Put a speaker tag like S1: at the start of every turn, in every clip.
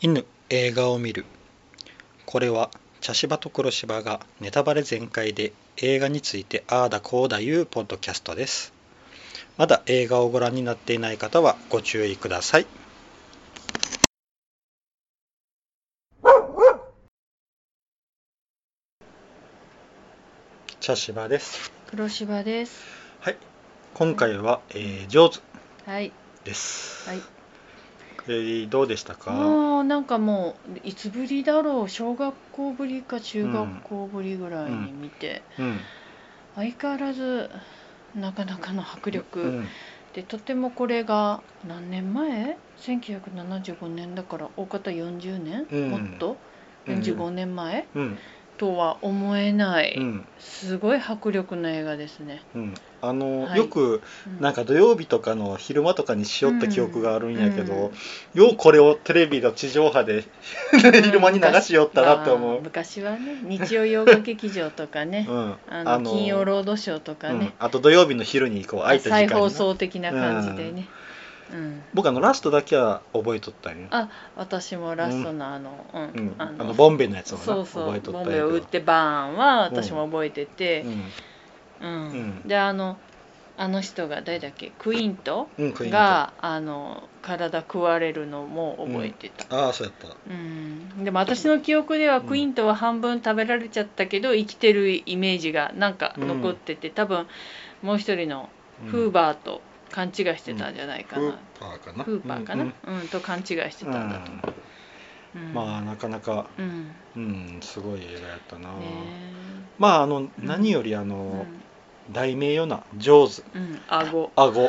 S1: 犬映画を見るこれは茶芝と黒芝がネタバレ全開で映画についてああだこうだいうポッドキャストですまだ映画をご覧になっていない方はご注意ください茶芝です
S2: 黒芝です。
S1: はい今回は、えー上手
S2: はい。
S1: です、
S2: はい
S1: えーどうでしたか
S2: もうなんかもういつぶりだろう小学校ぶりか中学校ぶりぐらいに見て、
S1: うん
S2: 相変わらずなかなかの迫力、
S1: うん
S2: でとてもこれが何年前 ?1975 年だから大方40年、
S1: うん
S2: もっと
S1: うん
S2: 45年前、
S1: うん
S2: とは思えない、
S1: うん
S2: すごい迫力の映画ですね。
S1: うんあの、
S2: はい
S1: よく
S2: うん
S1: なんか土曜日とかの昼間とかにしよった記憶があるんやけ
S2: うんう
S1: ど
S2: ん、
S1: ようこれをテレビの地上波で昼間に流しよったなって
S2: ま
S1: 思
S2: あ
S1: う。
S2: 昔はね日曜洋画劇場とか ね
S1: うん、
S2: あの金曜ロードショーとか
S1: うん
S2: ね、
S1: あと土曜日の昼にこう空いた時間
S2: 再
S1: に
S2: 放送的な感じでね、うん
S1: 僕あのラストだけは覚えとったんよ。
S2: あ私もラストのあの、うん
S1: うん、あ
S2: あ
S1: の
S2: の
S1: ボンベのやつをな
S2: そうそう
S1: 覚えとった
S2: ボ
S1: んや
S2: ンベ
S1: け
S2: を
S1: ど
S2: 打ってバーンは私も覚えてて
S1: う、ん
S2: うん
S1: うん
S2: であのあの人が誰だっけクイーント
S1: うん、クイーンと
S2: があの体食われるのも覚えてた。
S1: ああそうやった。
S2: うん、でも私の記憶では
S1: うん
S2: クイーントは半分食べられちゃったけど生きてるイメージがなんか残ってて、多分もう一人の
S1: うん
S2: フーバーと勘違いしてたんじゃないかな、
S1: フーパーかな。
S2: フーバーかな、
S1: う
S2: うんんと勘違いしてたんだと思う、
S1: う
S2: うんん、
S1: まあなかなか、
S2: うんね
S1: うん、すごい映画やったな。
S2: え
S1: まああの何よりあの。
S2: うん
S1: 題名よな「上手
S2: うん顎
S1: 顎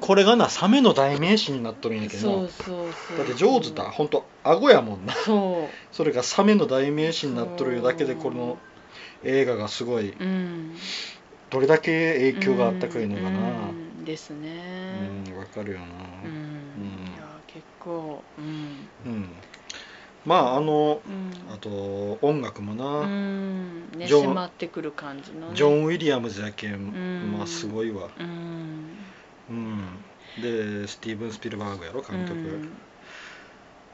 S1: これがなサメの代名詞になっとるんやけ
S2: そ
S1: ど
S2: うそうそう
S1: だって上手だほんと顎やもんな
S2: そ
S1: それがサメの代名詞になっとるだけで
S2: そう
S1: この映画がすごいう
S2: うん
S1: どれだけ影響があったかいうのかな
S2: うんですね
S1: うんわかるよな
S2: うん、
S1: うん
S2: いや結構うん
S1: うんまああの
S2: うん
S1: あと音楽も
S2: う
S1: なん
S2: ね
S1: ジョン
S2: 迫ってくる感じの、ね、
S1: ジョン・ウィリアムズやけん
S2: ん
S1: まあすごいわ
S2: うん
S1: うんでスティーブン・スピルバーグやろ監督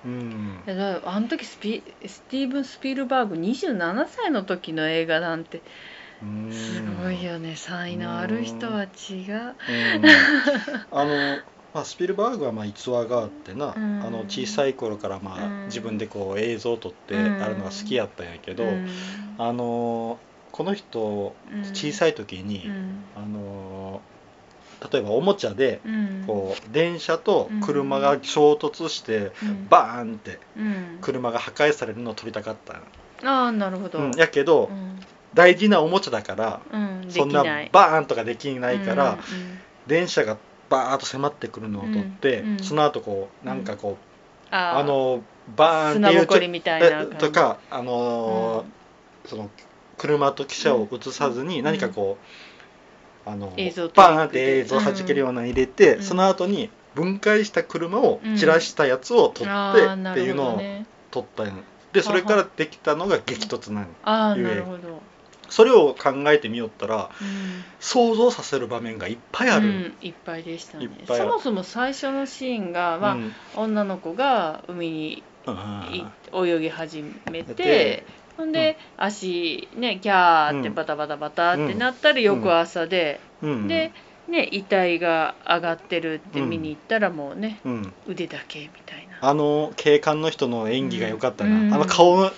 S1: うん
S2: うん、だからあの時スピスティーブン・スピルバーグ27歳の時の映画なんて
S1: うん
S2: すごいよね、才能ある人は違う、
S1: うんあの、まあ、スピルバーグはまあ逸話があってな、
S2: うん
S1: あの小さい頃からまあ
S2: うん
S1: 自分でこう映像を撮って
S2: うん
S1: あるのが好きやったんやけど、
S2: うん
S1: あのこの人
S2: うん
S1: 小さい時に、
S2: うん
S1: あの例えばおもちゃで
S2: うん
S1: こう電車と車が衝突して、
S2: うん
S1: バーンって
S2: うん
S1: 車が破壊されるのを撮りたかったん、
S2: ああなるほど、
S1: うんやけど、
S2: うん
S1: 大事なおもちゃだから
S2: うん、でき
S1: そんな
S2: ない
S1: バーンとかできないから、
S2: うんうん
S1: 電車がバーッと迫ってくるのを撮って、
S2: うんうん
S1: その後こうなんかこう、
S2: あー
S1: あのバーンっ
S2: 砂
S1: てい
S2: ぼ
S1: う
S2: こりみたい
S1: ち
S2: な
S1: ょ
S2: 感じ
S1: えとかあのーその車と汽車を映さずに
S2: うん
S1: 何かこう、あの
S2: 映像と
S1: バーンって映像
S2: うん
S1: 弾けるようなの入れて、
S2: うん
S1: その後に分解した車を散らしたやつを撮
S2: うん
S1: っ
S2: あ
S1: て、
S2: ーな
S1: って
S2: る
S1: いう
S2: ほど
S1: のを
S2: ね
S1: 撮ったんよでそれからできたのが激突なの
S2: ああ
S1: いう
S2: なるほど、
S1: それを考えてみよったら
S2: うん
S1: 想像させる場面がいっぱいある、
S2: うん、いっぱいでした
S1: いっ
S2: ね
S1: ぱいあ
S2: そ
S1: る
S2: もそも最初のシーンが、まあ
S1: うんうん
S2: 女の子が海にい泳ぎ始めてほんで、足ねギャーって
S1: うん
S2: バタバタバタってなったら翌朝で、
S1: うん
S2: で、ね、遺体が上がってるって見に行ったらもうね、
S1: うん、
S2: 腕だけみたいな。
S1: あの警官の人の演技が良かったな、
S2: うん
S1: あの顔の
S2: うん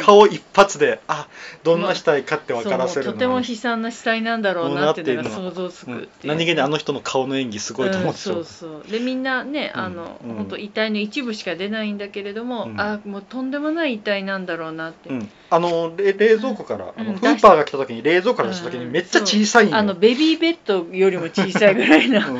S1: 顔一発であどんな死体かって分からせ
S2: そうも
S1: る
S2: うとて
S1: の
S2: も
S1: が
S2: 悲惨な死体なんだろうなっていうのが
S1: もうな
S2: 想像つ
S1: う
S2: くっ
S1: ん
S2: ていう、
S1: 何気にあの人の顔の演技すごいと思っ
S2: うん
S1: てた
S2: そうそうでみんなね
S1: うん
S2: あの、
S1: うん
S2: 本当遺体の一部しか出ないんだけれども、
S1: うん
S2: あもうとんでもない遺体なんだろうなって、
S1: うんあのれ冷蔵庫から、あの
S2: うん
S1: フーパーが来た時に冷蔵庫から出した時にめっちゃ小さいんよ、
S2: あのベビーベッドよりも小さいぐらいな、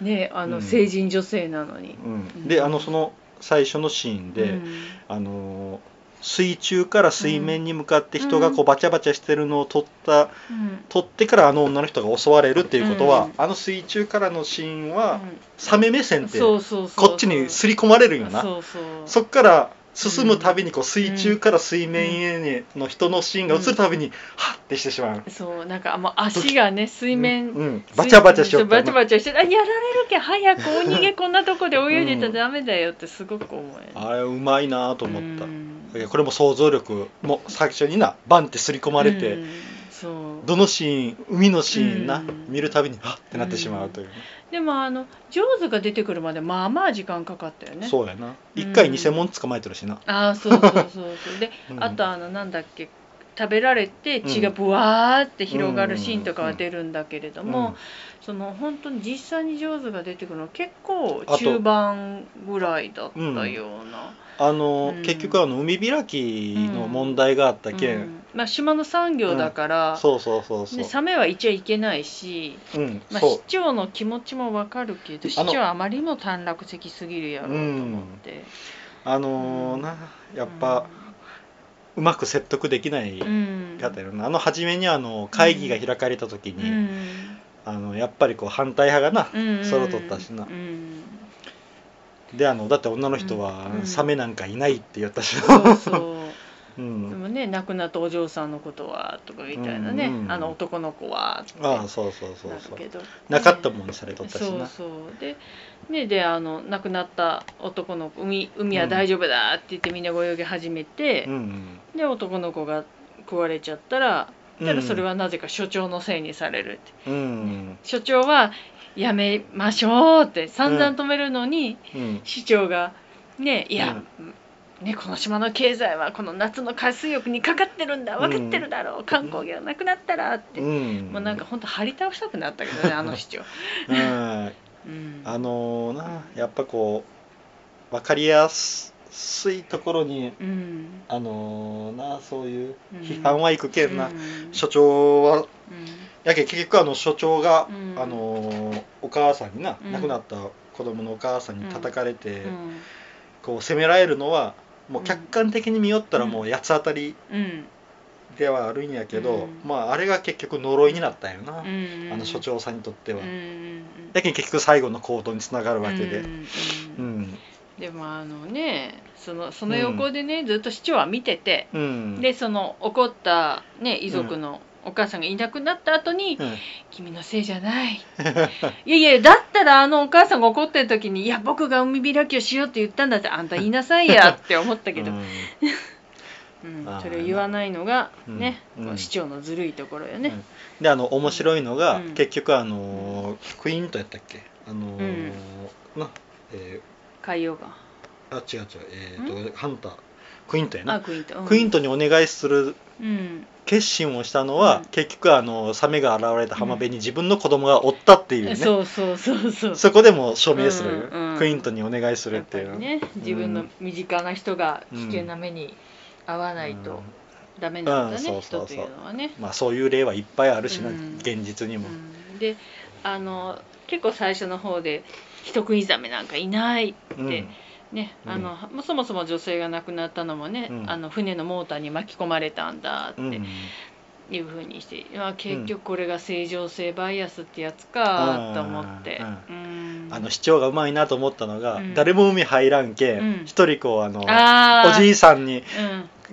S2: ねあ
S1: う
S2: の
S1: ん
S2: 成人女性なのに。
S1: うんうんであのその最初のシーンで、
S2: うん
S1: あの水中から水面に向かって人がこうバチャバチャしてるのを撮った、
S2: うん
S1: 撮ってからあの女の人が襲われるっていうことは、
S2: うん
S1: あの水中からのシーンは、
S2: うん
S1: サメ目線って
S2: そうそうそう
S1: こっちに刷り込まれるよな
S2: そうそう
S1: そっから進むたびにこう水中から水面への人のシーンが映るたびにハッてしてしまう。
S2: そうなんかもう足がね水面、
S1: うんうんバチャバチャしよ
S2: う
S1: った
S2: バチャバチャしてあやられるけん早くお逃げこんなとこで泳いでたらダメだよってすごく思える、
S1: あれうまいなと思った。
S2: うん
S1: いやこれも想像力もう最初になバンって刷り込まれて、
S2: うんそう
S1: どのシーン海のシーンな、
S2: うん
S1: 見るたびにハッてなってしまうというね、
S2: でもあのジョーズが出てくるまでまあまあ時間かかったよね
S1: そうやな
S2: うん
S1: 一回偽物捕まえてるしな、
S2: ああそうそうそうそうで、
S1: うん
S2: あとあのなんだっけ食べられて
S1: ん
S2: 血がブワーって広がるシーンとかは出るんだけれども、
S1: うん
S2: その本当に実際に上手が出てくるのは結構
S1: あと
S2: 中盤ぐらいだったような、
S1: あの、
S2: うん
S1: 結局あの海開きの問題があったけん、
S2: うんまあ、島の産業だから、
S1: そうそうそうそう、
S2: でサメはいちゃいけないし、
S1: うん
S2: まあ、
S1: そ
S2: 市
S1: う
S2: 長の気持ちもわかるけど市
S1: あの
S2: 長はあまりにも短絡的すぎるやろうと思って、
S1: あのー
S2: うん
S1: なやっぱ、うまく説得できない
S2: うん、
S1: 方やろなあの初めにあの会議が開かれた時
S2: う
S1: に、
S2: ん
S1: あのやっぱりこう反対派がな、
S2: うん
S1: それを取ったしな
S2: うん
S1: であのだって女の人は、
S2: うん
S1: サメなんかいないって言ったしな、
S2: そうそううで
S1: ん、
S2: もね亡くなったお嬢さんのことはとかみたいなね、
S1: うんうん
S2: あの男の子はって
S1: ああ
S2: な
S1: そうそうそう
S2: る
S1: そう
S2: けど
S1: なかったもんにされとったし
S2: そう
S1: な
S2: そうで,、ね、であの亡くなった男の子海海は大丈夫だって言ってみんな泳ぎ始めて、
S1: うん
S2: で男の子が食われちゃったら
S1: うん
S2: そしたらそれはなぜか所長のせいにされるって、
S1: うん
S2: 所長はやめましょうって散々止めるのに、
S1: うん
S2: 市長がねいや、ね、この島の経済はこの夏の海水浴にかかってるんだ分かってるだろう、観光業なくなったらって、
S1: うん
S2: もうなんか本当張り倒したくなったけどねあの 市長、
S1: うん
S2: うん、
S1: あのなやっぱこう分かりやすいところに
S2: うん
S1: あのなそういう
S2: うん
S1: 批判はいくけんな、
S2: うん
S1: 所長は
S2: う
S1: やけん結局あの所長が、
S2: うん
S1: あのお母さんにな、
S2: うん
S1: 亡くなった子供のお母さんに叩かれて、
S2: ん
S1: こう責められるのはもう客観的に見よったら
S2: うん
S1: もう八つ当たり
S2: うん
S1: ではあるんやけど、
S2: うん
S1: まああれが結局呪いになったんよな、
S2: うん
S1: あの所長さんにとっては。
S2: うんうん
S1: やけん結局最後の行動につながるわけで。
S2: うん
S1: う
S2: うん
S1: ん
S2: でもあのねそのその横でね、ずっと市長は見てて、
S1: うん
S2: でその怒った、ね、遺族のお母さんがいなくなった後に、
S1: うん
S2: 君のせいじゃない いやいやだったらあのお母さんが怒ってる時に「いや僕が海開きをしようって言ったんだってあんた言いなさいや」って思ったけ ど、
S1: うん
S2: うん
S1: あー
S2: それを言わないのが
S1: うん
S2: ね、
S1: うん
S2: こう市長のずるいところよね。
S1: であの面白いのが、
S2: うん
S1: 結局あのークイーンとやったっけあのーなえ
S2: 海洋が
S1: ーあ違う違うえーとハンタークイーントや
S2: あ
S1: な
S2: クイント、うん
S1: クイーントにお願いする
S2: うん
S1: 決心をしたのは、
S2: うん
S1: 結局あのサメが現れた浜辺に自分の子供がおったっていうね、
S2: そうそうそうそう
S1: そこでもう署名する、
S2: うんうん
S1: クイーントにお願いする
S2: や
S1: っ
S2: ってぱ
S1: いう
S2: りね自分の身近な人が
S1: うん
S2: 危険な目に遭わないとダメ
S1: う
S2: なん
S1: ん
S2: だね、
S1: そうそう
S2: 人と
S1: そう
S2: いうのはね。
S1: まあそういう例はいっぱいあるしな、
S2: うん
S1: 現実にも、
S2: うんであの結構最初の方で「人食いザメなんかいない」
S1: うん
S2: でね
S1: うん
S2: あのもうそもそも女性が亡くなったのもね、
S1: うん
S2: あの船のモーターに巻き込まれたんだ
S1: うん
S2: っていうふうにして、まあ、結局これが正常性バイアスってやつかと思って、
S1: う
S2: うん
S1: あの市長がうまいなと思ったのが、
S2: うん
S1: 誰も海入らんけ
S2: うん
S1: 一、人こうあの
S2: あ
S1: おじい
S2: さ
S1: さんに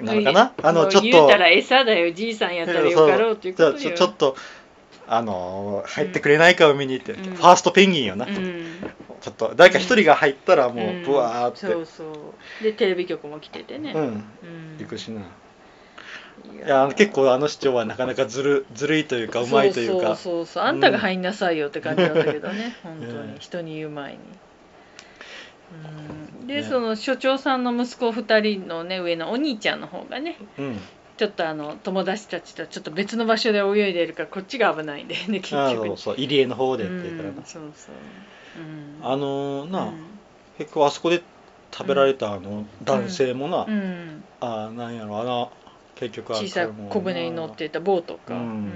S2: ん
S1: なのかなあのちょっと
S2: 言うたら餌だよじいさんやったらよかろうという
S1: じゃあ
S2: こと
S1: ちょ
S2: よ
S1: ちょっとあのー入ってくれないか海にって、
S2: うん
S1: ファーストペンギンよな、
S2: う
S1: ち
S2: ん
S1: ょっと誰か一人が入ったらもうブワーって、
S2: そうそうでテレビ局も来ててね、
S1: うん
S2: うん
S1: 行くしな、
S2: い
S1: いや結構あの市長はなかなかずるずるいというかうまいというか
S2: そうそうそうそうあんたが入んなさいよって感じだったけどね、本当
S1: うん
S2: に人に言う前に。うん
S1: ね
S2: で、その所長さんの息子2人のね上のお兄ちゃんの方がね
S1: うん
S2: ちょっとあの友達たちとちょっと別の場所で泳いでるからこっちが危ないんだよね 結
S1: あー
S2: 局
S1: そうそう入り江の方でっていうからな、
S2: うんそうそう、うん、
S1: あのーな、
S2: うん
S1: 結構あそこで食べられたあの男性もな、
S2: うん
S1: あーなんやろあの結局あ
S2: 小さい小舟に乗っていたボートか、
S1: うん
S2: うん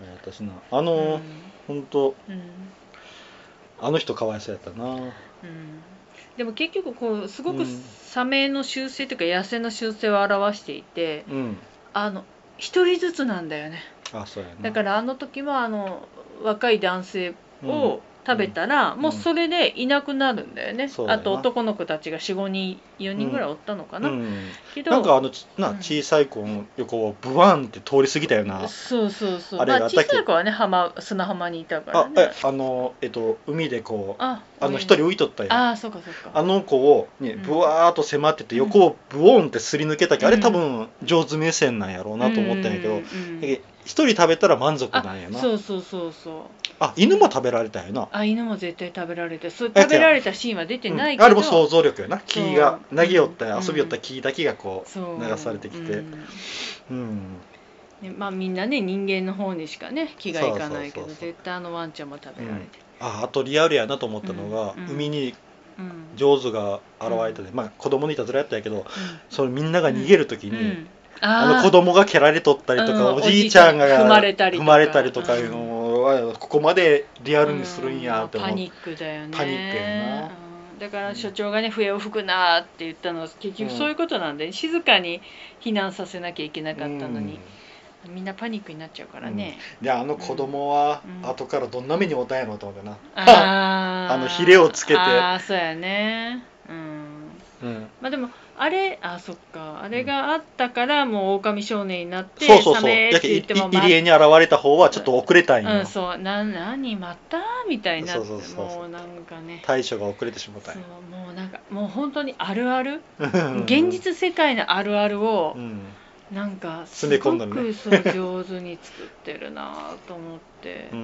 S1: あれやったしなあの、本当
S2: うん
S1: あの人かわいそうやったな
S2: うんでも結局こうすご
S1: う
S2: く
S1: ん
S2: サメの習性というか野生の習性を表していて、
S1: うん
S2: あの一人ずつなんだよね
S1: あそうやな
S2: だからあの時もあの若い男性を食べたら、
S1: ん
S2: もうそれでいなくなるんだよね、
S1: そうだよ
S2: あ
S1: な
S2: と男の子たちが45人4人ぐらいおったのか
S1: う
S2: な、
S1: ん、
S2: けど
S1: なんかあのちな
S2: うん
S1: 小さい子の横をブワンって通り過ぎたよな、
S2: そうそうそう
S1: あれ
S2: ま
S1: が
S2: あ、
S1: あった
S2: 小
S1: っけ
S2: さい子はね浜砂浜にいたから
S1: あ
S2: ね
S1: えあのえっと海でこう
S2: あ
S1: あの一人
S2: 上
S1: 浮いとったよ
S2: ああそうかそうか
S1: あの子をね
S2: うん
S1: ブワーっと迫ってて横をブオンってすり抜けたけど、
S2: うん
S1: あれ多分上手目線なんやろうなと思ったんやけど、
S2: うんうん
S1: だけど一人食べたら満足なんやな
S2: そうそうそうそう
S1: あ犬も食べられたよな
S2: あ犬も絶対食べられてそう
S1: え
S2: 食べられたシーンは出てないけど、
S1: うんあれも想像力やな木が
S2: そう
S1: 投げ寄った、
S2: うん
S1: 遊び寄った木だけがこ
S2: そう
S1: 流されてきて
S2: うん
S1: ううん
S2: ねまあ、みんなね人間の方にしかね気がいかない
S1: そうそうそう
S2: けど
S1: そう
S2: 絶対あのワンちゃんも食べられて、
S1: ああとリアルやなと思ったのが、
S2: うんうん
S1: 海に
S2: うん
S1: 上手が現れたで、まあ子供にいたずらやったんやけど
S2: う
S1: そのみんなが逃げる時
S2: ん
S1: に、
S2: うん
S1: あ
S2: あ
S1: の子供
S2: 供
S1: が蹴られとったりとか、
S2: うん
S1: おじいちゃんが
S2: おじいちゃん踏まれたりとか
S1: 踏まれたりとかいうのは、ここまでリアルにするんやって思っ
S2: パ
S1: て、
S2: ニックだよね
S1: パニックやな
S2: うんだから所長がね笛を吹くなーって言ったのは結局そういうことなんで、静かに避難させなきゃいけなかったのに、みんなパニックになっちゃうからね、
S1: うんであの子供は
S2: うん
S1: 後からどんな目に遭ったんや ろうと思ってな、
S2: あー
S1: あのヒレをつけて
S2: ああそうやねうん
S1: うん
S2: まあでもあれあそっかあれがあったからもう狼少年になって、
S1: そうそうそ
S2: サ
S1: う
S2: メー
S1: や
S2: って
S1: けい
S2: 言
S1: い
S2: っても
S1: 入り江に現れた方はちょっと遅れたんよ、
S2: うんそうな何またみたいになって
S1: そうそうそうそう
S2: もうなんかね
S1: 対処が遅れてしまった
S2: そ
S1: んよ
S2: うもうなんかもう本当にあるある、
S1: うん
S2: 現実世界のあるあるを
S1: うん
S2: なんかす
S1: 詰め込ん
S2: ご
S1: だの
S2: く
S1: ね
S2: そう上手に作ってるなと思って
S1: うん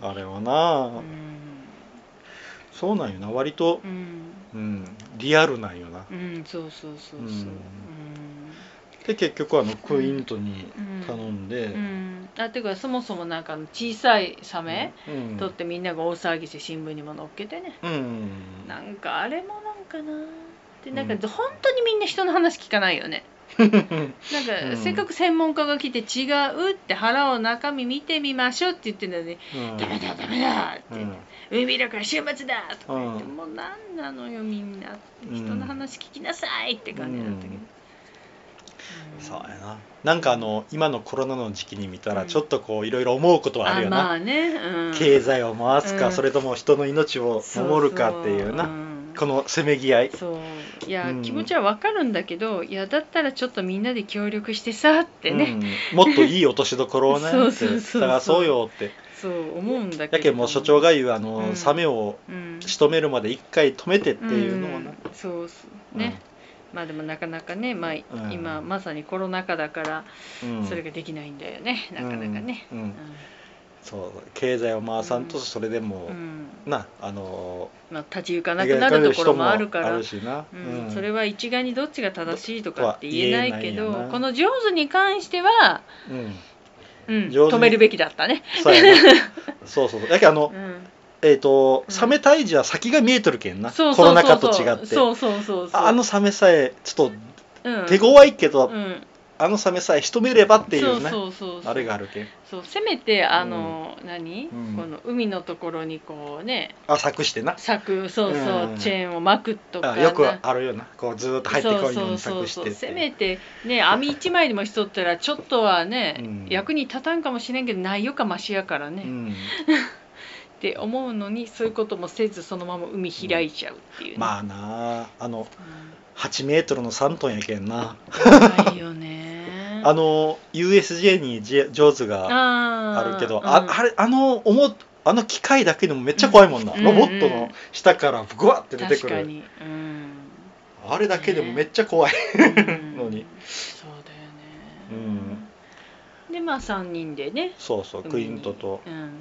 S2: うん
S1: あれはな、
S2: うん
S1: そうなんよな割と
S2: う、ん
S1: うん、リアルなんよな
S2: うんそうそうそうそう
S1: うん
S2: うん
S1: で結局あのクイントに
S2: うん
S1: 頼んで、
S2: うん、あていうかそもそもなんかあの小さいサメ
S1: うん
S2: 取ってみんなが大騒ぎして新聞にも載っけてね
S1: うん
S2: なんかあれもなんかなってなん
S1: う
S2: か
S1: ん
S2: 本当にみんな人の話聞かない よねなん
S1: う
S2: か
S1: ん
S2: せっかく専門家が来て違うって腹を中身見てみましょうって言ってるのに
S1: うん
S2: ダメだダメだって言って海だから週末だとか言って
S1: うん
S2: もう何なのよみんな
S1: うん
S2: 人の話聞きなさいって感じだったけど
S1: うん
S2: うん
S1: そうやななんかあの今のコロナの時期に見た
S2: う
S1: ら
S2: ん
S1: ちょっとこういろいろ思うことはあるよ
S2: あま
S1: な、
S2: あね、うん、
S1: 経済を回すか、
S2: うん
S1: それとも人の命を守るかっていうな
S2: そそん
S1: このせめぎ合い
S2: そういや、
S1: うん
S2: 気持ちはわかるんだけどいやだったらちょっとみんなで協力してさってね、
S1: うん、もっといい落としどころをね
S2: そうそうそうそう
S1: 探そうよって
S2: そう思うんだけど
S1: やけんもう所長
S2: が、
S1: が言うあの、
S2: うん
S1: サメを
S2: うん、
S1: 仕留めるまで一回止めてっていうのもな、
S2: うんそうそうね、まあでもなかなかね、まあ
S1: ん
S2: 今まさにコロナ禍だから
S1: うん、うん
S2: それができないんだよね、なかなかね、
S1: うんう
S2: うん
S1: んそう経済を回さんとそれでも、
S2: うん
S1: なあの
S2: まあ、立ち行かなくなるところもあるか
S1: 人も
S2: ら
S1: あるしな、
S2: うん
S1: うん
S2: それは一概にどっちが正しいとかって言えないけ
S1: とは言えない
S2: ど
S1: よな
S2: この上手に関しては、
S1: うん
S2: うん、
S1: 上手に
S2: 止めるべきだったね。
S1: そうや なそうそうそうだけどあの、
S2: うん
S1: えっ、と
S2: うん
S1: サメ退治は先が見えとるけんな、
S2: そう
S1: コ
S2: そ
S1: ロ
S2: うそ
S1: ナ
S2: う
S1: 禍
S2: そ
S1: と
S2: う
S1: 違って
S2: そうそうそうそう
S1: ああのサメさえちょっ
S2: うん
S1: と手強いけど、
S2: うん
S1: あのサメさえ仕留めればっていうね
S2: そうそうそう
S1: あれがあるけん
S2: そうせめてあの、何、
S1: うん
S2: この海のところにこうね
S1: あ柵してな
S2: 咲くそうそう、
S1: うん
S2: チェーンを巻くとか
S1: あよく
S2: な
S1: あるよなこうずーっと入って
S2: そ
S1: こ
S2: う
S1: いよう
S2: そう
S1: に
S2: そ
S1: 柵
S2: う
S1: して
S2: そ
S1: って
S2: うせめてね網一枚でもしとったらちょっとはね、
S1: うん
S2: 役に立たんかもしれんけどないよかマシやからね、
S1: う
S2: っ
S1: ん、
S2: て思うのにそういうこともせずそのまま海開いちゃうっていう、ね
S1: まあなああの8メートルの3トンやけんな
S2: うん怖いよね
S1: あの USJ にジェジョーズがあ
S2: あー
S1: るけど
S2: うん
S1: あ,、あれあの思うあの機械だけでもめっちゃ怖いもんな、
S2: うん
S1: ロボットの下からグワって出てく
S2: 確か
S1: る
S2: に、うん、
S1: あれだけでもめっちゃ怖い、 のに
S2: そうだよね、でまあ3人でね
S1: そうそうクイントと、
S2: うん、
S1: うん、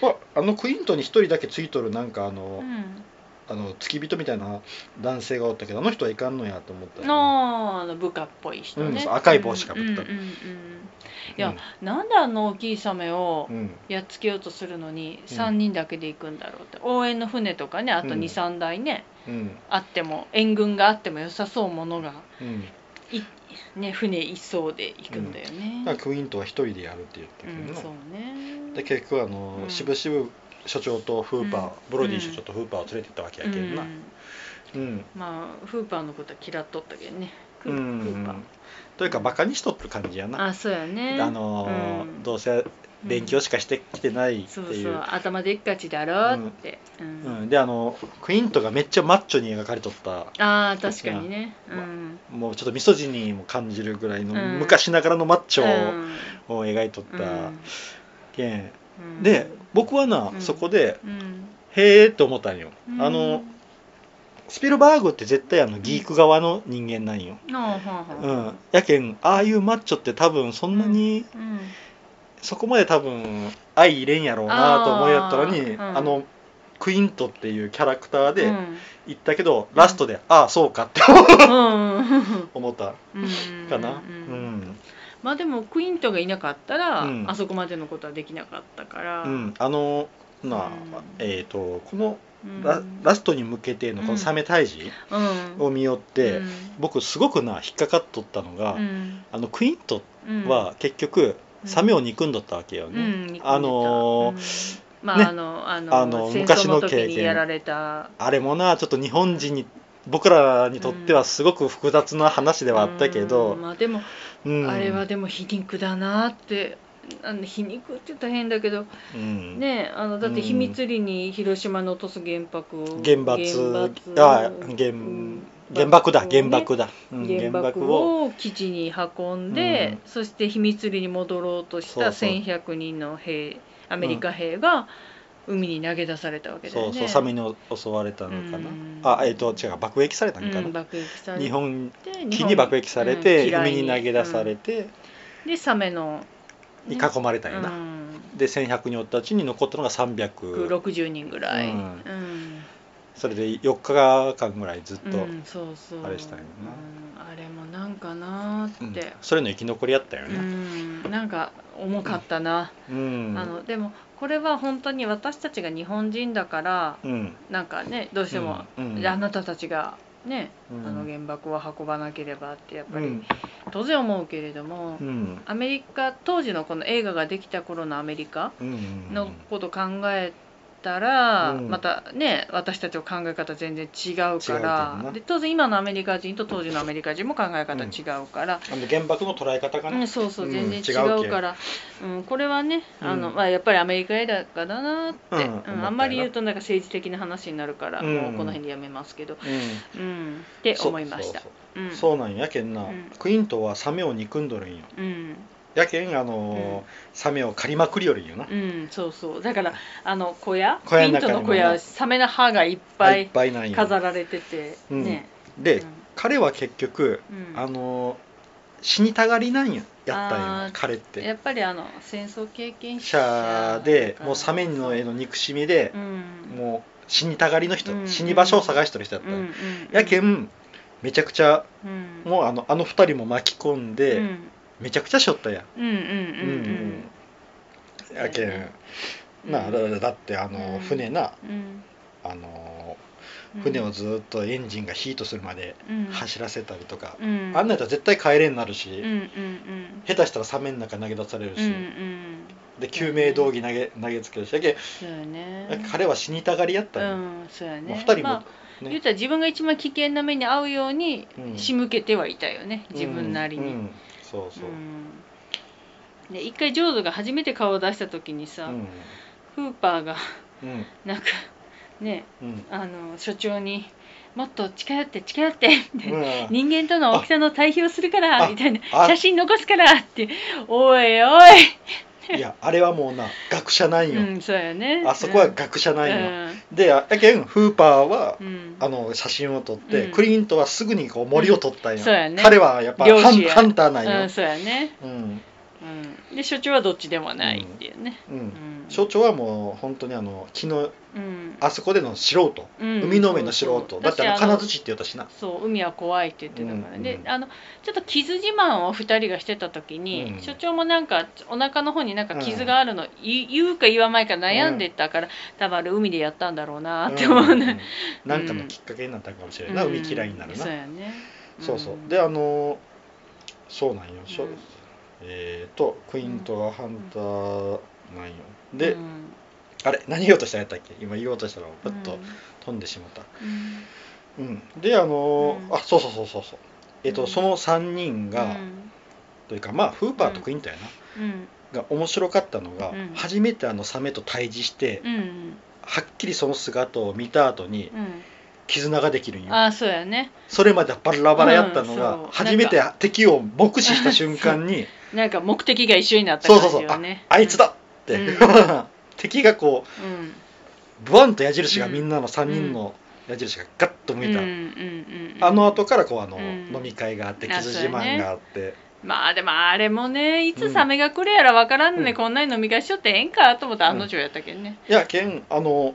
S1: これあのクイントに一人だけついとるなんかあの、
S2: うん、
S1: あの付き人みたいな男性がおったけどあの人はいかんのやと思ったよね
S2: のあの部下っぽい人
S1: うん
S2: ね、
S1: そう赤い帽子かぶった
S2: うんうんうんうんいや、なんであの大きいサメを
S1: うんうん
S2: やっつけようとするのに
S1: うん
S2: 3人だけで行くんだろうって、応援の船とかねあと
S1: うん
S2: 23、台ね
S1: うん
S2: あっても援軍があっても良さそうものが、
S1: うん
S2: いね、船一艘で行くんだよね。
S1: だからクイントは一人でやるって言って
S2: うん
S1: るけ
S2: そう
S1: どな
S2: ね
S1: で結局あの、
S2: うん
S1: しぶしぶ所長とフーパー、
S2: うん
S1: ブロディ所長とフーパーを連れてったわけやけんな
S2: う
S1: うん、
S2: んまあフーパーのことは嫌っとったけどねフ
S1: うん
S2: ーフーパー
S1: というかバカにしとってる感じやな
S2: あそうやね
S1: あのー
S2: うん
S1: どうせ勉強しかしてきてないって
S2: そ
S1: いうう,、
S2: そう頭でっかちだろって、うん
S1: うん、であのクイントがめっちゃマッチョに描かれとった
S2: ああ確かにねうん、
S1: もうちょっとミソジニーも感じるぐらいの、
S2: うん
S1: 昔ながらのマッチ
S2: う
S1: ョ
S2: ん
S1: を描いとったけん、
S2: うん
S1: で僕はな、
S2: うん
S1: そこで
S2: うん
S1: へえって思ったんよ、
S2: うん
S1: あのスピルバーグって絶対あのギーク側の人間なんよ、
S2: のはあはあ
S1: うん、やけんああいうマッチョって多分そんなに、
S2: うん
S1: そこまで多分相入れんやろうなと思いやったのにあ,、
S2: あーうん
S1: のクイントっていうキャラクター
S2: う
S1: で
S2: ん
S1: 行ったけど、ラストでああそうかって
S2: うん
S1: 思った
S2: う ん
S1: かな、
S2: うん
S1: うん
S2: まあでもクイントがいなかったら、
S1: うん
S2: あそこまでのことはできなかったから、
S1: うん、あのなあ、
S2: うん
S1: えっ、とこの
S2: うん
S1: ラ,、ラストに向けてのこのサメ退治
S2: うん
S1: を見よって、
S2: うん
S1: 僕すごくな引っかかっとったのが、
S2: うん
S1: あのクイント
S2: うん
S1: は結局、
S2: うん
S1: サメを憎んどったわけよ
S2: う
S1: ね、
S2: ん憎んでた
S1: あのー
S2: うんまあ、
S1: ね
S2: あのあの
S1: あの
S2: 戦争の
S1: 昔の
S2: 時
S1: 経験
S2: にやられた
S1: あれもなちょっと日本人に僕らにとってはすごく複雑な話ではあったけど、
S2: うんまあでも、
S1: うん
S2: あれはでも皮肉だなってあの皮肉って言ったら変だけど
S1: うん
S2: ねあのだって秘密裏に広島の落とす原爆を
S1: 原爆あ原原爆だ原爆だ、うん
S2: 原爆を基地に運んで、そして秘密裏に戻ろうとし
S1: そ
S2: た
S1: うそう
S2: 1100人の兵アメリカ兵が海に投げ出されたわけだよ
S1: そ
S2: ね。
S1: うそうサメに襲われたのかな、
S2: うん
S1: あえっ、と違う爆撃されたのかな、
S2: うん爆撃されて
S1: 日本
S2: 日
S1: 木
S2: 本
S1: に爆撃されて、
S2: うん
S1: 海に投げ出され
S2: うん
S1: て、
S2: でサメの、
S1: に囲まれたよな、
S2: うん
S1: で1100人おったうちに残ったのが300
S2: 60人ぐらい、
S1: う
S2: うんん
S1: それで4日間ぐらいずっと、
S2: うんそうそう
S1: あれしたんやな
S2: うんあれもなんかな
S1: う
S2: ー
S1: ん
S2: って、
S1: それの生き残りやったよ
S2: うん
S1: ね
S2: なんか重かったな、
S1: うん
S2: あのでもこれは本当に私たちが日本人だから
S1: うん
S2: なんかねどうしても、
S1: うんうん
S2: あなたたちがね、
S1: うん
S2: あの原爆は運ばなければってやっぱ
S1: う
S2: り
S1: ん
S2: 当然思うけれども、
S1: うん
S2: アメリカ当時のこの映画ができた頃のアメリカ
S1: うん
S2: のこと考えたら、
S1: うん
S2: またね私たちの考え方全然違うか
S1: 違うから
S2: ら
S1: な
S2: で当然今のアメリカ人と当時のアメリカ人も考え方違うから、
S1: あの原爆の捉え方か
S2: うん
S1: な、
S2: そうそううん全然違
S1: 違うけ
S2: うから、うんこれはねあの、
S1: うん
S2: まあ、やっぱりアメリカ映画だなって、
S1: う
S2: うんん
S1: 思ったよな
S2: あんまり言うとなんか政治的な話になるから、
S1: うん
S2: もうこの辺でやめますけど、
S1: うん
S2: うん、って
S1: そう
S2: 思いました
S1: そう。
S2: う
S1: そうんそうなんやけんな、
S2: うん
S1: クイントはサメを憎んどるんよ
S2: うん
S1: やけんあのー
S2: うん
S1: サメを狩りまくりよるんよな、
S2: うん、そうそうだからあの小屋
S1: 小屋の
S2: ピン
S1: 中
S2: ト
S1: にもね
S2: の小屋サメの歯がいっぱ
S1: いっ
S2: い
S1: ぱいなんよ
S2: 飾られてて、
S1: うん
S2: ね、
S1: で、
S2: うん
S1: 彼は結局
S2: うん
S1: あのー死にたがりなんややったん
S2: あ
S1: よ
S2: ー
S1: 彼って
S2: やっぱりあの戦争経験
S1: 者
S2: 者
S1: でもうサメのへ
S2: の、
S1: の憎しみで
S2: う、ん、
S1: もう死にたがりの人、
S2: うん
S1: 死に場所を探してる人だった、
S2: うんうん、
S1: やけんめちゃくちゃ
S2: うん、
S1: もうあのあの二人も巻き込んで、
S2: うん
S1: めちゃくちゃしょったやん、
S2: うんうんうん
S1: うんやけん
S2: うん
S1: なあだだってあの、
S2: うん
S1: 船な
S2: うんうん
S1: あの
S2: うん
S1: 船をずっとエンジンがヒートするまで
S2: うん
S1: 走らせたりとか、
S2: うん
S1: あんなんやったら絶対帰れになるし、
S2: うんうんうん
S1: 下手したらサメの中投げ出される
S2: う
S1: し、
S2: んうん
S1: で救命胴着投げ投げつけるしやけん
S2: そうやね
S1: 彼は死にたがりやった
S2: う
S1: の、
S2: んそうや
S1: もう
S2: ね
S1: 二人も、
S2: まあ言
S1: ね
S2: うたら自分が一番危険な目に遭うように
S1: うん
S2: 仕向けてはいたよね、自分なりに、
S1: うんうんそうそう、
S2: うんで一回ジョーズが初めて顔を出した時にさ、
S1: うん
S2: フーパーが
S1: うん
S2: なんかね
S1: うん
S2: あの所長に「もっと近寄って近寄って」みたいな
S1: うん
S2: 人間との大きさの対比をするか
S1: あ
S2: ら」みたいな
S1: あ
S2: 「写真残すから」って「おいおい
S1: いやあれはもうな学者な」ん
S2: う
S1: よ、
S2: んそうやね
S1: あそこは
S2: うん
S1: 学者なんよ、
S2: うん
S1: でやけんフーパーは、
S2: うん
S1: あの写真を撮って、
S2: うん
S1: クリントはすぐにこう森を撮ったんよ、
S2: そうやね
S1: 彼はやっぱ
S2: 漁
S1: ハン
S2: 師や
S1: ハンターなん
S2: う
S1: よ
S2: ん、そうやね、
S1: うん
S2: うん、で所長はどっちでもないっていうね、
S1: うん
S2: うん
S1: 所長はもう本当にあの昨日
S2: うん
S1: あそこでの素人、
S2: うん
S1: 海の上の素人
S2: そうそう
S1: だってあの
S2: 私あの
S1: 金槌って言ったしな
S2: そう海は怖いって言ってたから、
S1: うん
S2: で
S1: うん
S2: あのちょっと傷自慢を2人がしてた時に、
S1: うん
S2: 所長もなんかお腹の方になんか傷があるの、い言うか言わないか悩んでたから、多分あれ海でやったんだろうなって思うね、
S1: うんなんかのきっかけになったかもしれないな、
S2: うん
S1: 海嫌いになるな、
S2: そうやね
S1: そうそ
S2: ん
S1: うであのーそうなんよ、しょ
S2: うん
S1: えー、とクイントはハンターなんよで、
S2: うん
S1: あれ何言おうとしたんやったっけ今言おうとしたらパッ
S2: う
S1: と
S2: ん
S1: 飛んでしまった、
S2: うん
S1: うんであのー
S2: うん
S1: あそうそうそうそうそうえっ、と、
S2: うん
S1: その3人が、
S2: うん
S1: というかまあフーパーとクイントやな、
S2: うん
S1: が面白かったのが、
S2: うん
S1: 初めてあのサメと対峙して、
S2: うん
S1: はっきりその姿を見た後に
S2: う
S1: 絆ができるん
S2: ん
S1: よ
S2: ああそうやね
S1: それまではバラバラやったのが、
S2: うんそう
S1: 初めて敵を目視した瞬間 に
S2: なんか目的が一緒になった感じ
S1: そうそうそ
S2: よ
S1: う
S2: ね
S1: 「あいつだ!」って、
S2: うん
S1: 敵がこう
S2: うん
S1: ブワンと矢印がみんなの3人の矢印がガッと
S2: うん
S1: 向いた、
S2: うんうんうん
S1: あの後からこうあの、
S2: うん
S1: 飲み会があって
S2: あ
S1: 傷自慢があって
S2: まあでもあれもねいつサメが来るやらわからんのに、
S1: うん
S2: こんなに飲み会しちゃってええんかと思ったら案の定やったけんね
S1: いやけんあの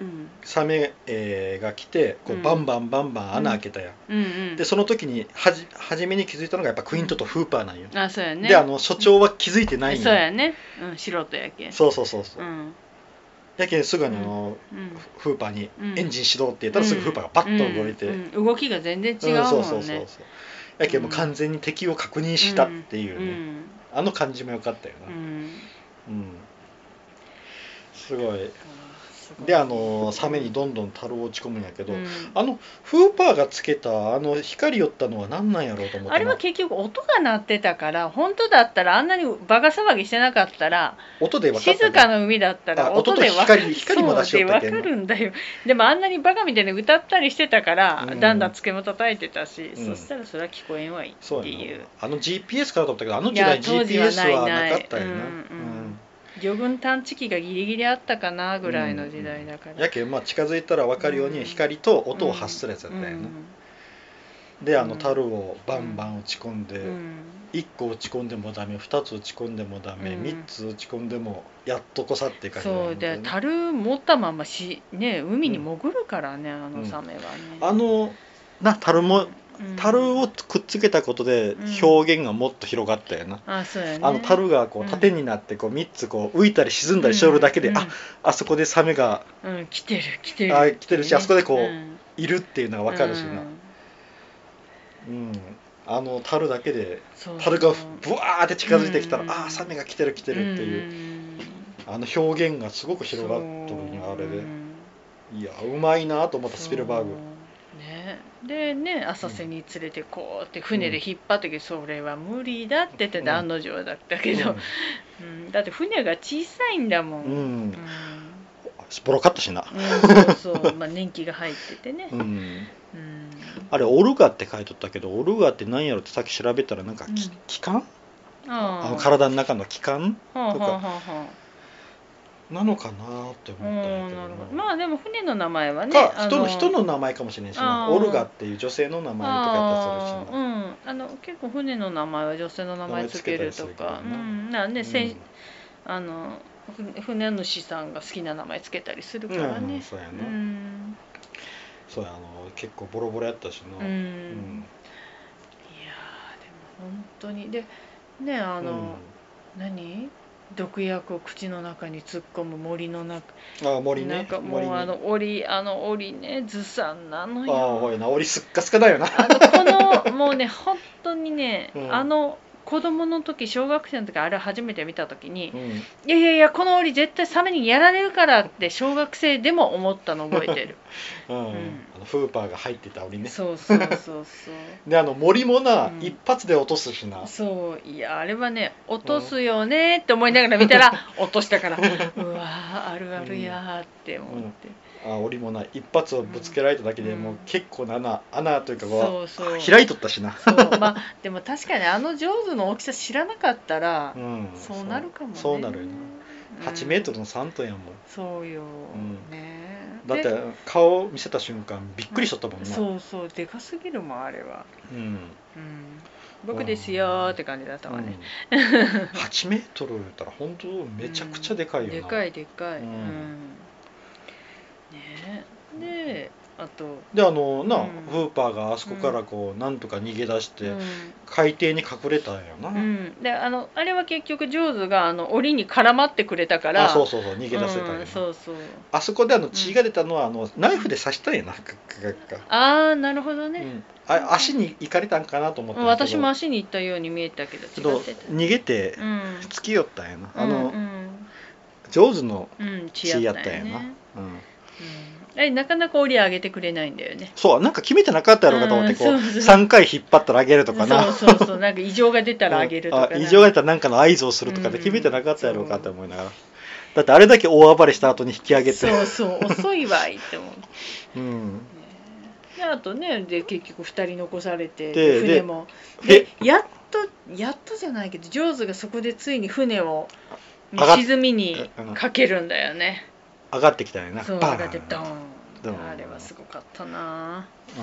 S2: うん
S1: サメ、えーが来てこ
S2: う
S1: うんバンバンバンバン穴開けたやん、
S2: うんうん
S1: でその時にはじ初めに気づいたのがやっぱクイントとフーパーなんよ、
S2: あそうやね
S1: であの所長は気づいてないんよ
S2: そうやねうん素人やけん
S1: そうそうそうそう、
S2: うん
S1: やけんすぐあの、
S2: うん
S1: フーパーに
S2: うん
S1: エンジン始動って言ったらすぐフーパーがパッと動いて、
S2: うんうん動きが全然違うもん
S1: んそ
S2: ね、
S1: うそうそうそうやけんもう完全に敵を確認したっていうね、
S2: うん
S1: あの感じも良かったよな、
S2: う
S1: うん
S2: ん
S1: すごい
S2: すごい
S1: であのサメにどんどん樽を落ち込むんやけど、
S2: うん
S1: あのフーパーがつけたあの光寄ったのは何なんやろうと思ってな
S2: あれは結局音が鳴ってたから本当だったらあんなにバカ騒ぎしてなかったら
S1: 音で分かった、
S2: 静かの海だったら
S1: あ
S2: 音
S1: 音と
S2: でわか
S1: 光光も出しよったけ
S2: そ
S1: ん
S2: うでわかるんだよでもあんなにバカみたいに歌ったりしてたから、
S1: うん
S2: だんだんつけも叩いてたし、
S1: うん
S2: そしたらそれは聞こえんわいって
S1: そう
S2: い
S1: や
S2: う
S1: なあの GPS かなと思ったけどあの時代
S2: いや当時は
S1: GPS は
S2: な
S1: な
S2: いな
S1: か
S2: い
S1: ったよな
S2: うんうん魚群探知機がギリギリあったかなぐらいの時代だか
S1: うん
S2: ら、
S1: やけんまあ近づいたら分かるよう
S2: うん
S1: に光と音を発するやつだったよな、であの樽をバンバン落ち込んで、
S2: うんうん
S1: 1個落ち込んでもダメ2つ落ち込んでもダメ、
S2: うん
S1: 3つ落ち込んでもやっとこさっていう感じだよね
S2: そうで樽持ったまましね海に潜るからね、あのサメはね、
S1: あのな樽も
S2: うん
S1: 樽をくっつけたことで
S2: うん
S1: 表現がもっと広がったよな、
S2: あそうやね
S1: あの樽がこ
S2: う
S1: うん縦になってこう3つこう浮いたり沈んだりしとるだけで、
S2: うん
S1: ああそこでサメが
S2: うんうん来てる来てる
S1: あ来てるしあそこでこうんいるっていうのが分かるしな、
S2: う
S1: うん
S2: ん
S1: あの樽だけで
S2: そう
S1: 樽がブワーって近づいてきたら、
S2: うん
S1: ああサメが来てる来てるっていう、
S2: うん
S1: あの表現がすごく広がっとるんやあれ
S2: そうう
S1: で
S2: ん
S1: いやうまいなと思ったスピルバーグ
S2: そうねでね浅瀬に連れてこうって船で引っ張ってけどそれは無理だって言って
S1: うん
S2: た案の定だったけど、うんだって船が小さいんだもん、
S1: うん、う
S2: うん
S1: んボロかったしな
S2: うんそうそ う、まあ、年季が入っててね
S1: う、ん
S2: うん、
S1: あれオルガって書いとったけどオルガって何やろってさっき調べたらなんか、
S2: うん
S1: き気管あの
S2: あ
S1: 体の中の気管
S2: はあ
S1: と
S2: は
S1: か
S2: あはあは
S1: なのかなって思った
S2: あうん
S1: や
S2: ん
S1: け
S2: なる
S1: ど
S2: ほど
S1: な
S2: まあでも船の名前はね
S1: か人
S2: あ
S1: の人の名前かもしれないしな
S2: あー
S1: オルガっていう女性の名前とかやったり
S2: あ
S1: するし
S2: ーうんあの結構船の名前は女性の名前つけると
S1: 名前つけたり
S2: か
S1: するけ
S2: う
S1: どなん
S2: なん
S1: な
S2: で、
S1: う
S2: せ
S1: ん
S2: ん、あのふ船主さんが好きな名前つけたりするから
S1: うん
S2: ね
S1: そうやな
S2: う、ん
S1: そうやあの結構ボロボロやったしなう
S2: うん、いやーでも本当にでねあの、何毒薬を口の中に突っ込む森の中
S1: うんあ森ね
S2: なんかも
S1: 森
S2: う
S1: ね
S2: あの檻あの檻ねずさんなの
S1: あ
S2: よ
S1: ーほいな俺すっかすかだよな
S2: あのこのもうね本当にね、
S1: うん
S2: あの子供の時小学生の時あれ初めて見た時に
S1: う、ん
S2: いやいやいやこの檻絶対サメにやられるからって小学生でも思ったの覚えてる
S1: うん
S2: うん
S1: あのフーパーが入ってた檻ね
S2: そうそうそうそ
S1: であの森もな、
S2: うん
S1: 一発で落とすしな
S2: うそういやあれはね落とすよねって思いながら見たら落とし たからうわーあるあるやーって思って、
S1: あ檻もな一発をぶつけられただけで、
S2: うん
S1: もう結構な穴穴というかこ
S2: そうそう
S1: う開いとったしな、
S2: そうまあでも確かにあの上手の大きさ知らなかったら
S1: う、ん、
S2: そうなるかもね
S1: そうなるよな8メートルの3トンやもん
S2: そうよ、
S1: ん
S2: ね
S1: だっ
S2: で
S1: て顔見せた瞬間びっくりしとったもんな、うん
S2: そうそうでかすぎるもんあれは、うん、僕ですよーって感じだったわね、
S1: うん 8メートル言ったら本当めちゃくちゃでかいよな、
S2: でかいでかい、う
S1: うんん
S2: ねであと、
S1: であのな、
S2: うん
S1: フーパーがあそこからこうなんとか逃げ出して、
S2: う
S1: 海底に隠れたんやな、
S2: んうん、であのあれは結局ジョーズがあの檻に絡まってくれたから
S1: あそうそうそう逃げ出せたんやな、
S2: うん、そうそう
S1: あそこであの血が出たのはあのナイフで刺したんやな、ガッガッガッガッ
S2: ああなるほど
S1: う
S2: ね、
S1: ん、あ足に行かれたんかなと思ったんやけど
S2: 私も足に行ったように見えたけど
S1: ちょっ
S2: 違
S1: と
S2: ってた、
S1: 逃げて
S2: うん
S1: 突き寄ったんやな、あの、
S2: うん
S1: ジョーズの
S2: うんうん、
S1: 血
S2: 血
S1: や
S2: や
S1: っ
S2: ったた
S1: んや
S2: よ
S1: な
S2: ね、
S1: うん、
S2: あれなかなか折り上げてくれないんだよね
S1: そうなんか決めてなかったやろうかと思ってこう
S2: うんそうそう
S1: 3回引っ張ったらあげるとかな
S2: そうそうそうなんか異常が出たらあげるとか
S1: あ
S2: な
S1: 異常やったらなんかの合図をするとかで決めてなかったやろうかって思いながら、だってあれだけ大暴れした後に引き上げて
S2: そうそう遅いわいって思う
S1: うん
S2: であとねで結局2人残されて
S1: で
S2: 船も
S1: で
S2: でやっとやっとじゃないけどジョーズがそこでついに船を
S1: 上がっ
S2: 沈みにかけるんだよね
S1: 上がってきたよね
S2: そう
S1: バ
S2: がってド
S1: ーン、
S2: ー
S1: ドーン
S2: ンあれはすごかったなう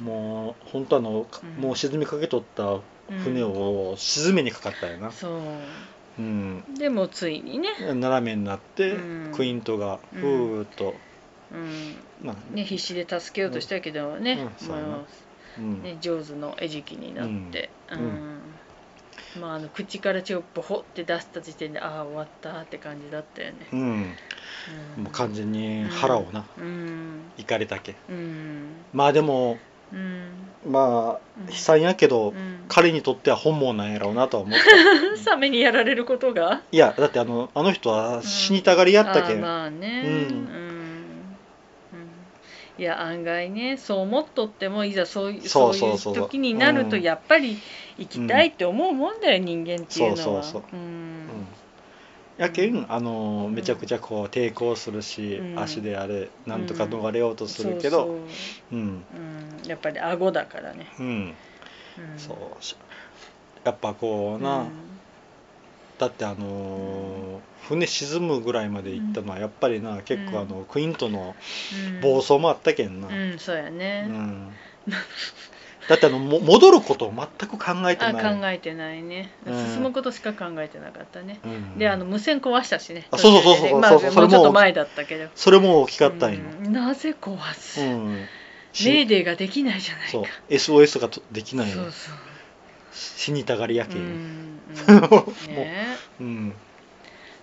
S1: うんん、もう本当あの、
S2: うん
S1: もう沈みかけとった船を沈めにかかったよな、
S2: そ
S1: うん、
S2: うでもついにね、
S1: 斜めになって、
S2: うん
S1: クイントが
S2: う
S1: ふ
S2: ん
S1: ーっと、
S2: うん、
S1: まあ
S2: ね必死で助けようとしたけどね、
S1: うんそうやな
S2: も
S1: うん
S2: うね上手の餌食になって、
S1: う
S2: うんん
S1: う
S2: まああの口から血をボホって出した時点でああ終わったって感じだったよね、
S1: うん
S2: うん、
S1: もう完全に腹をな、
S2: うん
S1: いかれたけ
S2: うん
S1: まあでも
S2: うん
S1: ま
S2: うん
S1: あ悲惨やけど、
S2: うん
S1: 彼にとっては本望なんやろうなとは思った
S2: サメにやられることが
S1: いやだってあのあの人は死にたがりやったけ
S2: あー
S1: ん、
S2: まあね
S1: うん
S2: うんうんいや案外ねそう思っとってもいざそういう
S1: そ
S2: そうう
S1: そうそう
S2: いう時になると
S1: うん
S2: やっぱり行きたいって思うもんだよ、人間っていうのは。
S1: そうそう
S2: う
S1: うん
S2: ん
S1: やけん
S2: うん
S1: あのめちゃくちゃこう抵抗するし、
S2: うん
S1: 足であれなんとか逃れようとするけど、
S2: そう
S1: うん
S2: そううん、やっぱり顎だからね。
S1: うん
S2: うん、
S1: そうしやっぱこうな、だってあのー船沈むぐらいまで行ったのはやっぱりな結構あの、クイントの
S2: うん
S1: 暴走もあったけんな、
S2: うん、そうやね。
S1: うんだってあのも戻ることを全く考えて
S2: あ
S1: ない
S2: 考えてないね、
S1: うん
S2: 進むことしか考えてなかったね、
S1: うん
S2: であの無線壊したしね
S1: あそうそうそうそう
S2: 途中でねまあ、
S1: そうそうそれ
S2: も
S1: も
S2: うちょっと前だったけど
S1: それも大きかったんよ、
S2: うんなぜ壊す、
S1: う
S2: メ
S1: ん
S2: ーデーができないじゃないか
S1: そう SOS がとできない
S2: そ
S1: よ
S2: うそう
S1: 死にたがりやけ
S2: うん
S1: ん、
S2: うん
S1: もう
S2: ね
S1: うん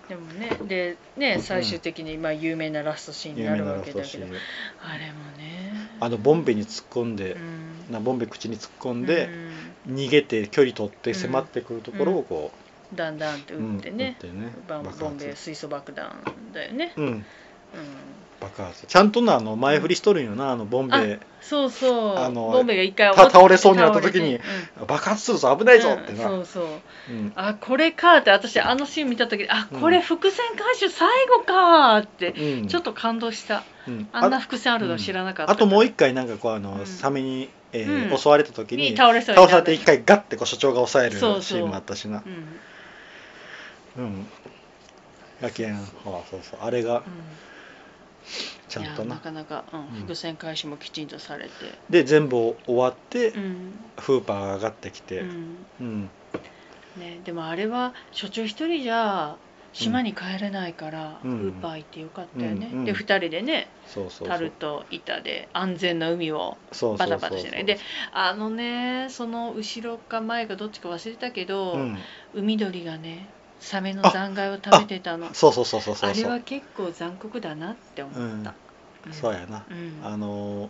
S2: でもねでね最終的にまあ有名なラストシーンに
S1: 有
S2: な
S1: 名
S2: る
S1: な
S2: わ
S1: ラ
S2: け
S1: スト
S2: だ
S1: シ
S2: け
S1: ー
S2: ど
S1: ン
S2: あれもね
S1: あのボンベに突っ込んで
S2: う、ん
S1: なボンベ口に突っ込ん
S2: う
S1: で、
S2: ん
S1: 逃げて距離取って
S2: うん
S1: 迫ってくるところをこ
S2: だんだんって
S1: う、
S2: 打ってね,、
S1: うん撃ってね
S2: バン
S1: 爆
S2: ボンベイ
S1: 発
S2: 水素爆弾だよね、
S1: うん
S2: うん
S1: 爆発ちゃんとなあの前振りしとるんよなあのボンベ
S2: そうそう。
S1: あの
S2: ボンベが一回
S1: た倒れそうになった時に
S2: 倒れて
S1: 爆発するぞ危
S2: うん
S1: ないぞってな、
S2: う
S1: うんん
S2: そうそう。あこれかって私あのシーン見た時にあこれ伏線回収最後かって、
S1: うん
S2: ちょっと感動した。
S1: うん
S2: あんな伏線あるの知らなか
S1: あ
S2: った。
S1: あともう一回なんかこうあの、
S2: うん
S1: サメに、えー
S2: うん
S1: 襲われた時に
S2: に倒れそうに
S1: 倒
S2: な
S1: されて一回ガッてこう所長が抑えるシ
S2: そうそう
S1: ーンもあったしな
S2: う
S1: うん
S2: うん
S1: やけんあそうそうあれが
S2: ん
S1: ちゃんと
S2: いや
S1: な
S2: なかなか、うん、伏線回収もきちんとされて。
S1: で全部終わって、
S2: うん。
S1: フーパーが上がってきて
S2: う
S1: うん、
S2: ん。ねでもあれは所長一人じゃ島に帰れないから、
S1: うん
S2: ウーパー行ってよかったよね。
S1: うんうん
S2: で二人でね
S1: そうそうそう
S2: 樽と板で安全な海を。
S1: そうそう
S2: バ
S1: そう
S2: タバタしてないであのねその後ろか前かどっちか忘れたけど、
S1: うん、
S2: 海鳥がねサメの残骸を食べてたのあ
S1: そうそうそうそうそう
S2: れ
S1: そ
S2: は
S1: う
S2: 結構残酷だなって思った、
S1: うん
S2: ん
S1: そうやな、
S2: うん
S1: あのー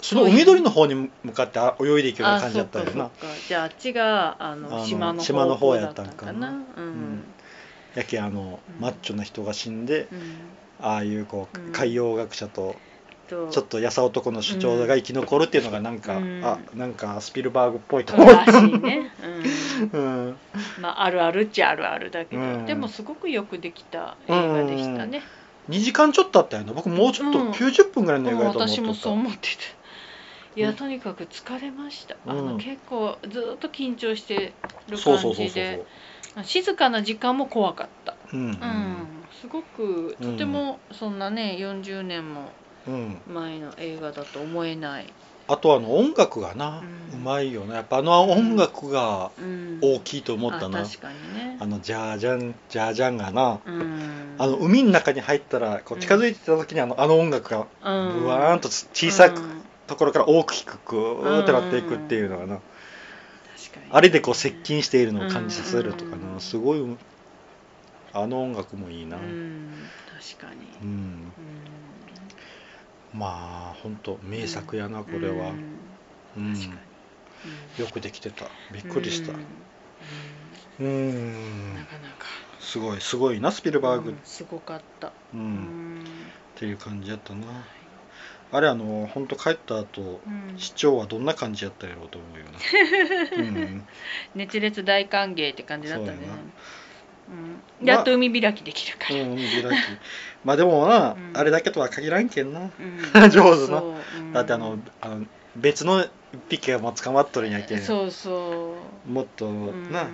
S1: その海鳥の方に向かってあ泳いでいくような感じだったよ
S2: あ
S1: な
S2: そっかそっかじゃああっちがあの
S1: あの
S2: 島の方
S1: 島の方やったんかな
S2: だったうん、
S1: やけんあの、
S2: うん
S1: マッチョな人が死んで
S2: うん
S1: ああいうこう、
S2: うん
S1: 海洋学者と
S2: と
S1: ちょっとやさ男の主張が生き残るっていうのがなんか、
S2: うん
S1: あなんかスピルバーグっぽいと
S2: う
S1: 思
S2: ん
S1: う、
S2: らしいね、 うん
S1: うん、
S2: まあ、あるあるっちゃあるあるだけど、
S1: うん
S2: でもすごくよくできた映画でしたね、
S1: 2時間ちょっとあったよな僕もうちょっと
S2: うん
S1: 90分ぐらいの映
S2: うん
S1: 画やと思って
S2: 私
S1: た、
S2: もそう思ってたいや、
S1: うん
S2: とにかく疲れました、あ
S1: うん
S2: の結構ずっと緊張してる
S1: そうそう
S2: 感
S1: そう
S2: じ
S1: そう
S2: で静かな時間も怖かった、
S1: うん
S2: うんすごくとてもそんなね40年も
S1: うんうん
S2: 前の映画だと思えない、
S1: あとあの音楽がな、う
S2: うん
S1: まいよなやっぱあの音楽が
S2: うん、
S1: 大きいと思ったな、
S2: あ確かにね
S1: あのジャージャンジャージャンがな
S2: うん
S1: あの海の中に入ったらこう近づいてた時にあの,、あの音楽が
S2: う
S1: ブ
S2: ん
S1: ワーンとつ小さ
S2: う
S1: く
S2: ん
S1: ところから大きくグーってなっていくっていうのがな、
S2: 確かにね
S1: あれでこう接近しているのを感じさせるとかな、
S2: うん
S1: すごいあの音楽もいいな、う
S2: うんん確かに、うん
S1: まあ本当名作やなこれは
S2: う、ん
S1: うん
S2: 確かに、うん
S1: よくできてたびっくりした
S2: うん
S1: うん
S2: なかなか
S1: すごいすごいなスピルバーグ、
S2: すごかった
S1: うん
S2: うん
S1: っていう感じやったなあれあの本当帰った後
S2: うん
S1: 市長はどんな感じやったやろうと思うよな、うん、
S2: 熱烈大歓迎って感じだったね
S1: そうやな
S2: うん、やっと海開きできるから、
S1: うん、 開きまあでもな、
S2: うん
S1: あれだけとは限らんけんな、
S2: う ん
S1: 上手な
S2: そううん
S1: だってあのあの別の一匹がもう捕まっとるんやけん
S2: そうそう
S1: もっと
S2: うん
S1: な、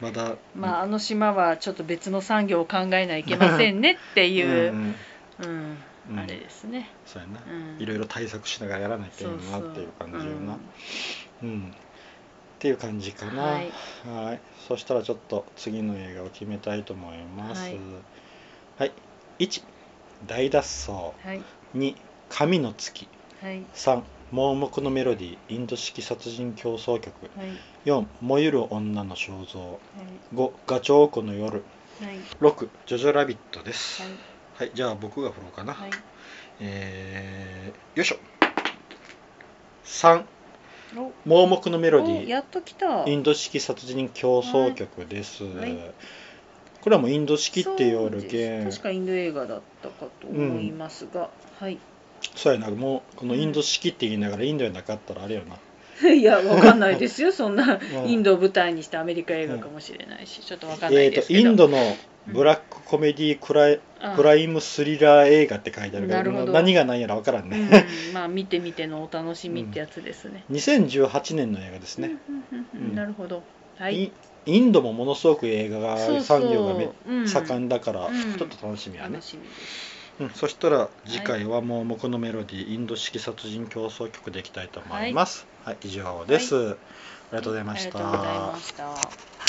S1: まだ
S2: まああの島はちょっと別の産業を考えないといけませんねって
S1: うん、
S2: いう
S1: ん
S2: うん
S1: うん
S2: あれですね、
S1: そうやな
S2: う、ん、
S1: いろいろ対策しながらやらなきゃいけないなっていう感じよなうん、っていう感じかな
S2: は
S1: はいいそしたらちょっと次の映画を決めたいと思います
S2: はい
S1: はい、1大脱走
S2: はい
S1: 2神の月
S2: はい
S1: 3盲目のメロディーインド式殺人競争曲
S2: はいはい
S1: 4燃ゆる女の肖像5ガチョウコの夜
S2: はい
S1: 6ジョジョラビットです
S2: は
S1: はいい、じゃあ僕が振ろうかな、
S2: はい
S1: えー、よいしょ3
S2: お
S1: 盲目のメロデ
S2: お
S1: ィー
S2: やっと来た
S1: インド式殺人競争曲です、
S2: はい
S1: これはもうインド式って言われる
S2: そう
S1: け
S2: で
S1: ん
S2: す確
S1: そ
S2: かインド映画だったかと思いますが、はい
S1: うやなもうこのインド式って言いながらインドやなかったらあれよない
S2: やわかんないですよそんな
S1: うん
S2: インドを舞台にしたアメリカ映画かもしれないしちょっとわかんな
S1: え
S2: い
S1: ー
S2: で
S1: と
S2: すけど、
S1: インドのブラックコメディクライクラ
S2: い、
S1: イムスリラー映画って書いてあるか
S2: なる
S1: ら
S2: ほど
S1: もう何が何やら分からん
S2: う
S1: ね、
S2: ん、まあ見てみてのお楽しみってやつですね、
S1: 2018年の映画ですね、
S2: うんうんうんうん
S1: うん
S2: なるほどは
S1: イ
S2: い
S1: ンインドもものすごく映画が
S2: そうそう
S1: 産業がめ
S2: うん
S1: 盛んだから、
S2: うん
S1: ちょっと楽しみやね
S2: 楽、しみです
S1: うんそしたら次回はもう「もこのメロディーインド式殺人競争曲」でいきたいと思います、はい以上です、ありがとうござい
S2: あ
S1: ま
S2: り
S1: し
S2: が
S1: た、
S2: とうございました